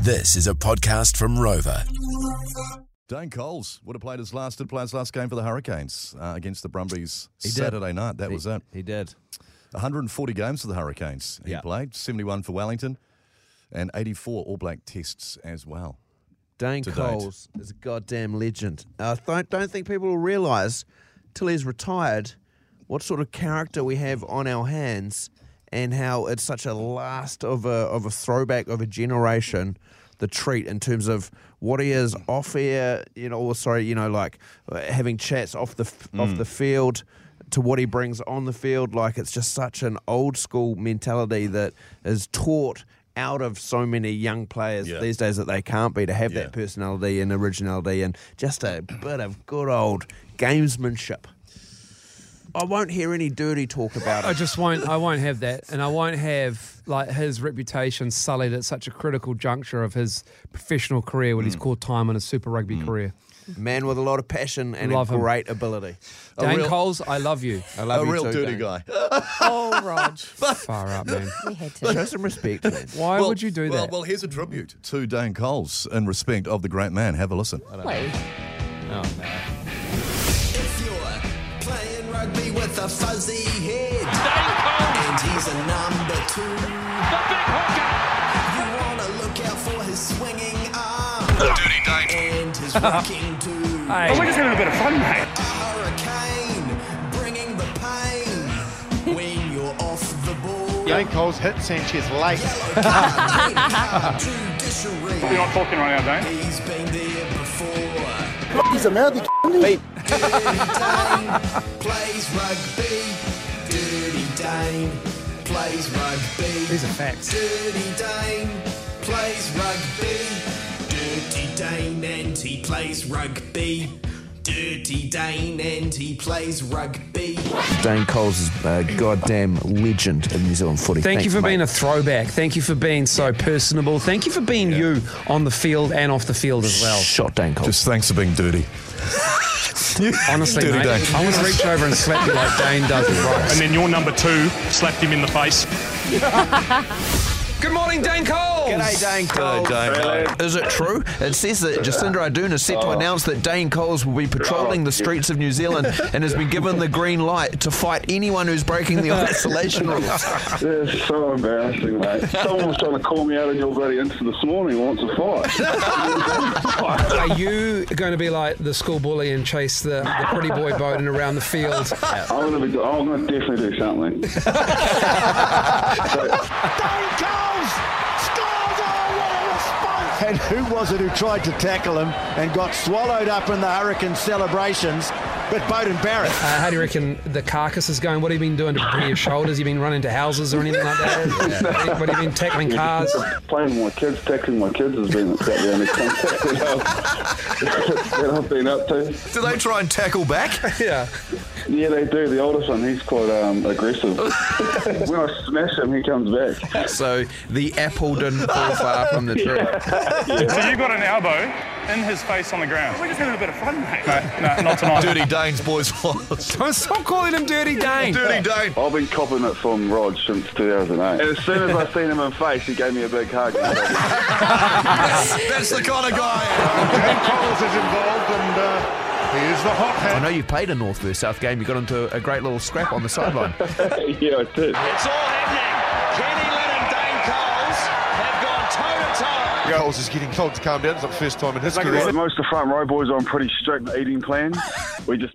This is a podcast from Rover. Dane Coles would have played his last did play his last game for the Hurricanes uh, against the Brumbies did. Saturday night. That He- was it. He did. 140 games for the Hurricanes. He Yeah. played 71 for Wellington, and 84 All Black tests as well. Dane To date. Coles is a goddamn legend. I th- don't think people will realise till he's retired what sort of character we have on our hands and how it's such a last of a of a throwback of a generation. The treat in terms of what he is off air, you know, or sorry, you know, like uh, having chats off the f- off the field to what he brings on the field. Like it's just such an old school mentality that is taught out of so many young players Yeah. these days that they can't be to have Yeah. that personality and originality and just a bit of good old gamesmanship. I won't hear any dirty talk about I it. just won't. I won't have that, and I won't have like his reputation sullied at such a critical juncture of his professional career when he's caught time on his Super Rugby career. Man with a lot of passion and Love a him. great ability. Dane real- Coles, I love you. I love a you real too, dirty Dane. guy. Oh, Rog. Far out, man. We had Show to. some respect, man. Why would you do well, that? Well, here's a tribute to Dane Coles in respect of the great man. Have a listen. Please. If you're playing rugby with a fuzzy head, and he's a number two, you want to look out for his swinging arm and his rocking do. Hey. We're just having a bit of fun, mate. A hurricane bringing the pain when you're off the ball. Dane Coles hit Sanchez late. Yellow card, red card, judiciary. We're not talking right now, Dane. He's been there before. He's a mouthy Dirty Dane plays rugby. Dirty Dane plays rugby. These are facts. Dirty Dane plays rugby. Dirty Dane and he plays rugby. Dirty Dane and he plays rugby. Dane Coles is a goddamn legend in New Zealand footy. Thank you Thanks, for mate. being a throwback. Thank you for being so personable. Thank you for being you on the field and off the field as well. shot, Dane Coles. Just thanks for being dirty. Honestly, Dirty mate, Dane. I want to reach over and slap you like Dane does with And Rox. then your number two slapped him in the face. Good morning, Dane Coles. G'day, Dane Coles. Is it true? It says that Jacinda Ardern is set to announce that Dane Coles will be patrolling the streets of New Zealand and has been given the green light to fight anyone who's breaking the isolation rules. That's so embarrassing, mate. Someone was trying to call me out in your bloody Insta this morning and wants a fight. Are you going to be like the school bully and chase the, the pretty boy boating around the field? I'm gonna be. oh, I'm gonna definitely do something. And who was it who tried to tackle him and got swallowed up in the Hurricane celebrations? But Bowden Barrett. Uh, how do you reckon the carcass is going? What have you been doing to prepare your shoulders? You been running to houses or anything like that? What have you been tackling cars? Playing with my kids, tackling my kids has been about the only contact that I've, that I've been up to. Do they try and tackle back? Yeah. Yeah, they do. The oldest one, he's quite um, aggressive. when I smash him, he comes back. So the apple didn't fall far from the tree. So you got an elbow in his face on the ground. We're just having a bit of fun, mate. No, no not tonight. Dirty Dane's boys was. Don't stop calling him Dirty Dane. dirty Dane. I've been copping it from Rod since 2008. And as soon as I seen him in face, he gave me a big hug. That's the kind of guy. Dane Coles is involved and uh, he is the hot I hand. know you played a North versus South game. You got into a great little scrap on the sideline. yeah, I did. Coles is getting told to calm down. It's not the first time in his Like career. most of the front row boys are on pretty strict eating plans. we just